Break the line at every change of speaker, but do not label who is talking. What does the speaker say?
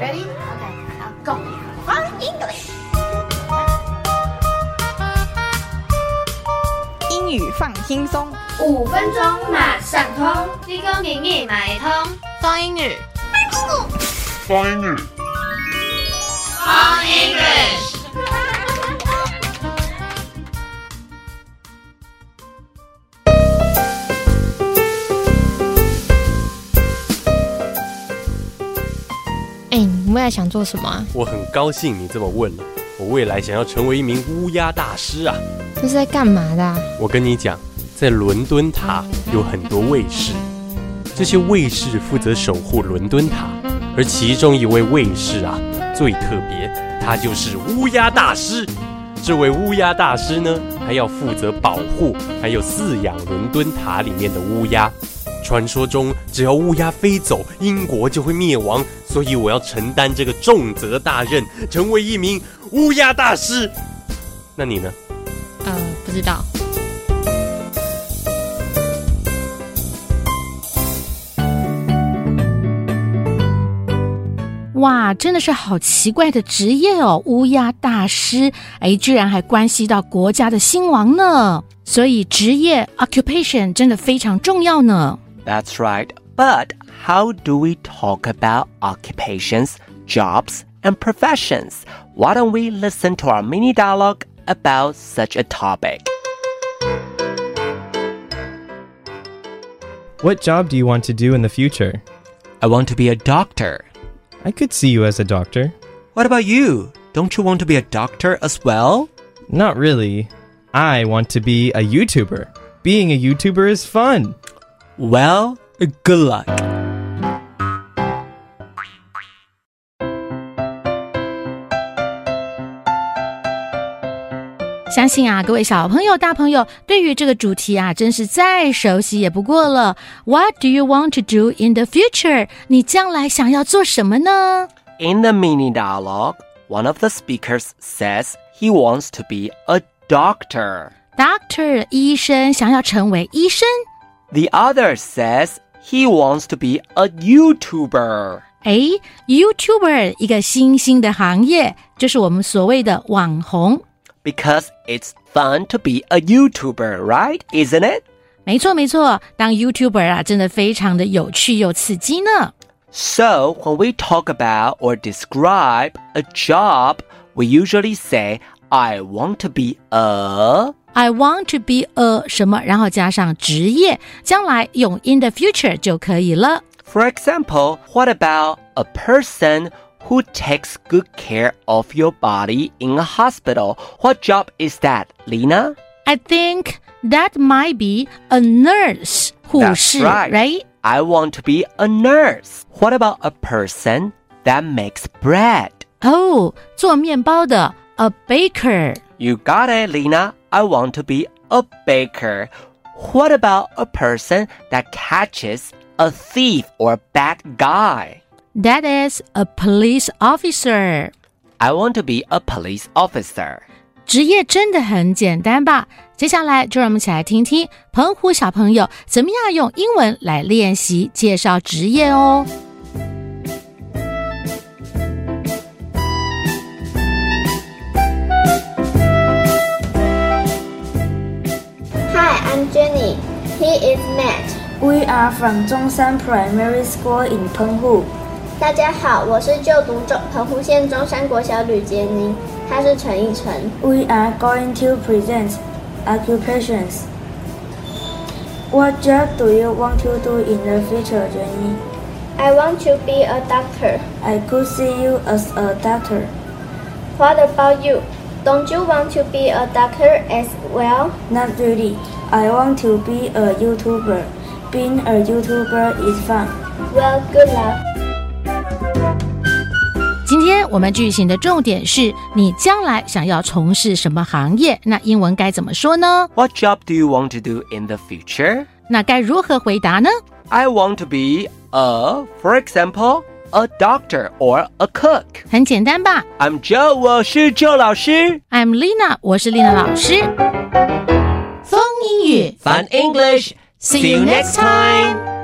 Ready? Okay, now go. Fine English.
英语放轻松。
五分钟马上通，
你讲英语买通，
双英语，
方英语，
哎、你未来想做什么啊？
我很高兴你这么问了。我未来想要成为一名乌鸦大师啊！
这是在干嘛的、啊？
我跟你讲，在伦敦塔有很多卫士，这些卫士负责守护伦敦塔，而其中一位卫士啊最特别，他就是乌鸦大师。这位乌鸦大师呢，还要负责保护还有饲养伦敦塔里面的乌鸦。传说中，只要乌鸦飞走，英国就会灭亡，所以我要承担这个重责大任，成为一名乌鸦大师。那你呢？
呃，不知道。
哇，真的是好奇怪的职业哦，乌鸦大师，哎，居然还关系到国家的兴亡呢。所以职业 occupation 真的非常重要呢。
That's right. But how do we talk about occupations, jobs, and professions? Why don't we listen to our mini dialogue about such a topic?
What job do you want to do in the future?
I want to be a doctor.
I could see you as a doctor.
What about you? Don't you want to be a doctor as well?
Not really. I want to be a YouTuber. Being a YouTuber is fun.
Well, good luck.
相信啊，各位小朋友、大朋友对于这个主题啊，真是再熟悉也不过了。What do you want to do in the future？你将来想要做什么呢？
In the mini dialogue, one of the speakers says he wants to be a doctor.
Doctor 医生想要成为医生，
The other says he wants to be a YouTuber.
哎，YouTuber 一个新兴的行业，就是我们所谓的网红。
Because it's fun to be a YouTuber, right? Isn't it?
没错，没错，当 YouTuber 啊，真的非常的有趣又刺激呢。
So, when we talk about or describe a job, we usually say, I want to be a.
I want to be a 什么，然后加上职业，将来用 in the future 就可以了。
For example, what about a person who takes good care of your body in a hospital? What job is that, Lina?
I think that might be a nurse 护
That's
士
right.
right?
I want to be a nurse. What about a person that makes bread?
哦，做面包的 a baker。
You got it, Lina. I want to be a baker. What about a person that catches a thief or a bad guy?
That is a police officer。
I want to be a police officer.
职业真的很简单吧？接下来就让我们一起来听听澎湖小朋友怎么样用英文来练习介绍职业哦。
Hi, I'm Jenny. He is Matt.
We are from Zhongshan Primary School in Penghu.
大家好，我是就读中澎湖县中山国小吕杰宁，他是陈奕晨。
We are going to present occupations. What job do you want to do in the future, Jenny?
I want to be a doctor.
I could see you as a doctor.
What about you? Don't you want to be a doctor as well?
Not really. I want to be a YouTuber. Being a YouTuber is fun.
Well, good luck.
今天我们句型的重点是你将来想要从事什么行业？那英文该怎么说呢？
What job do you want to do in the future?
那该如何回答呢？
I want to be a, for example, a doctor or a cook.
很简单吧
I'm Joe, 我是Joe老师.
？I'm Lina，我是 Lina 老师。风英语
Fun English.
See you next time.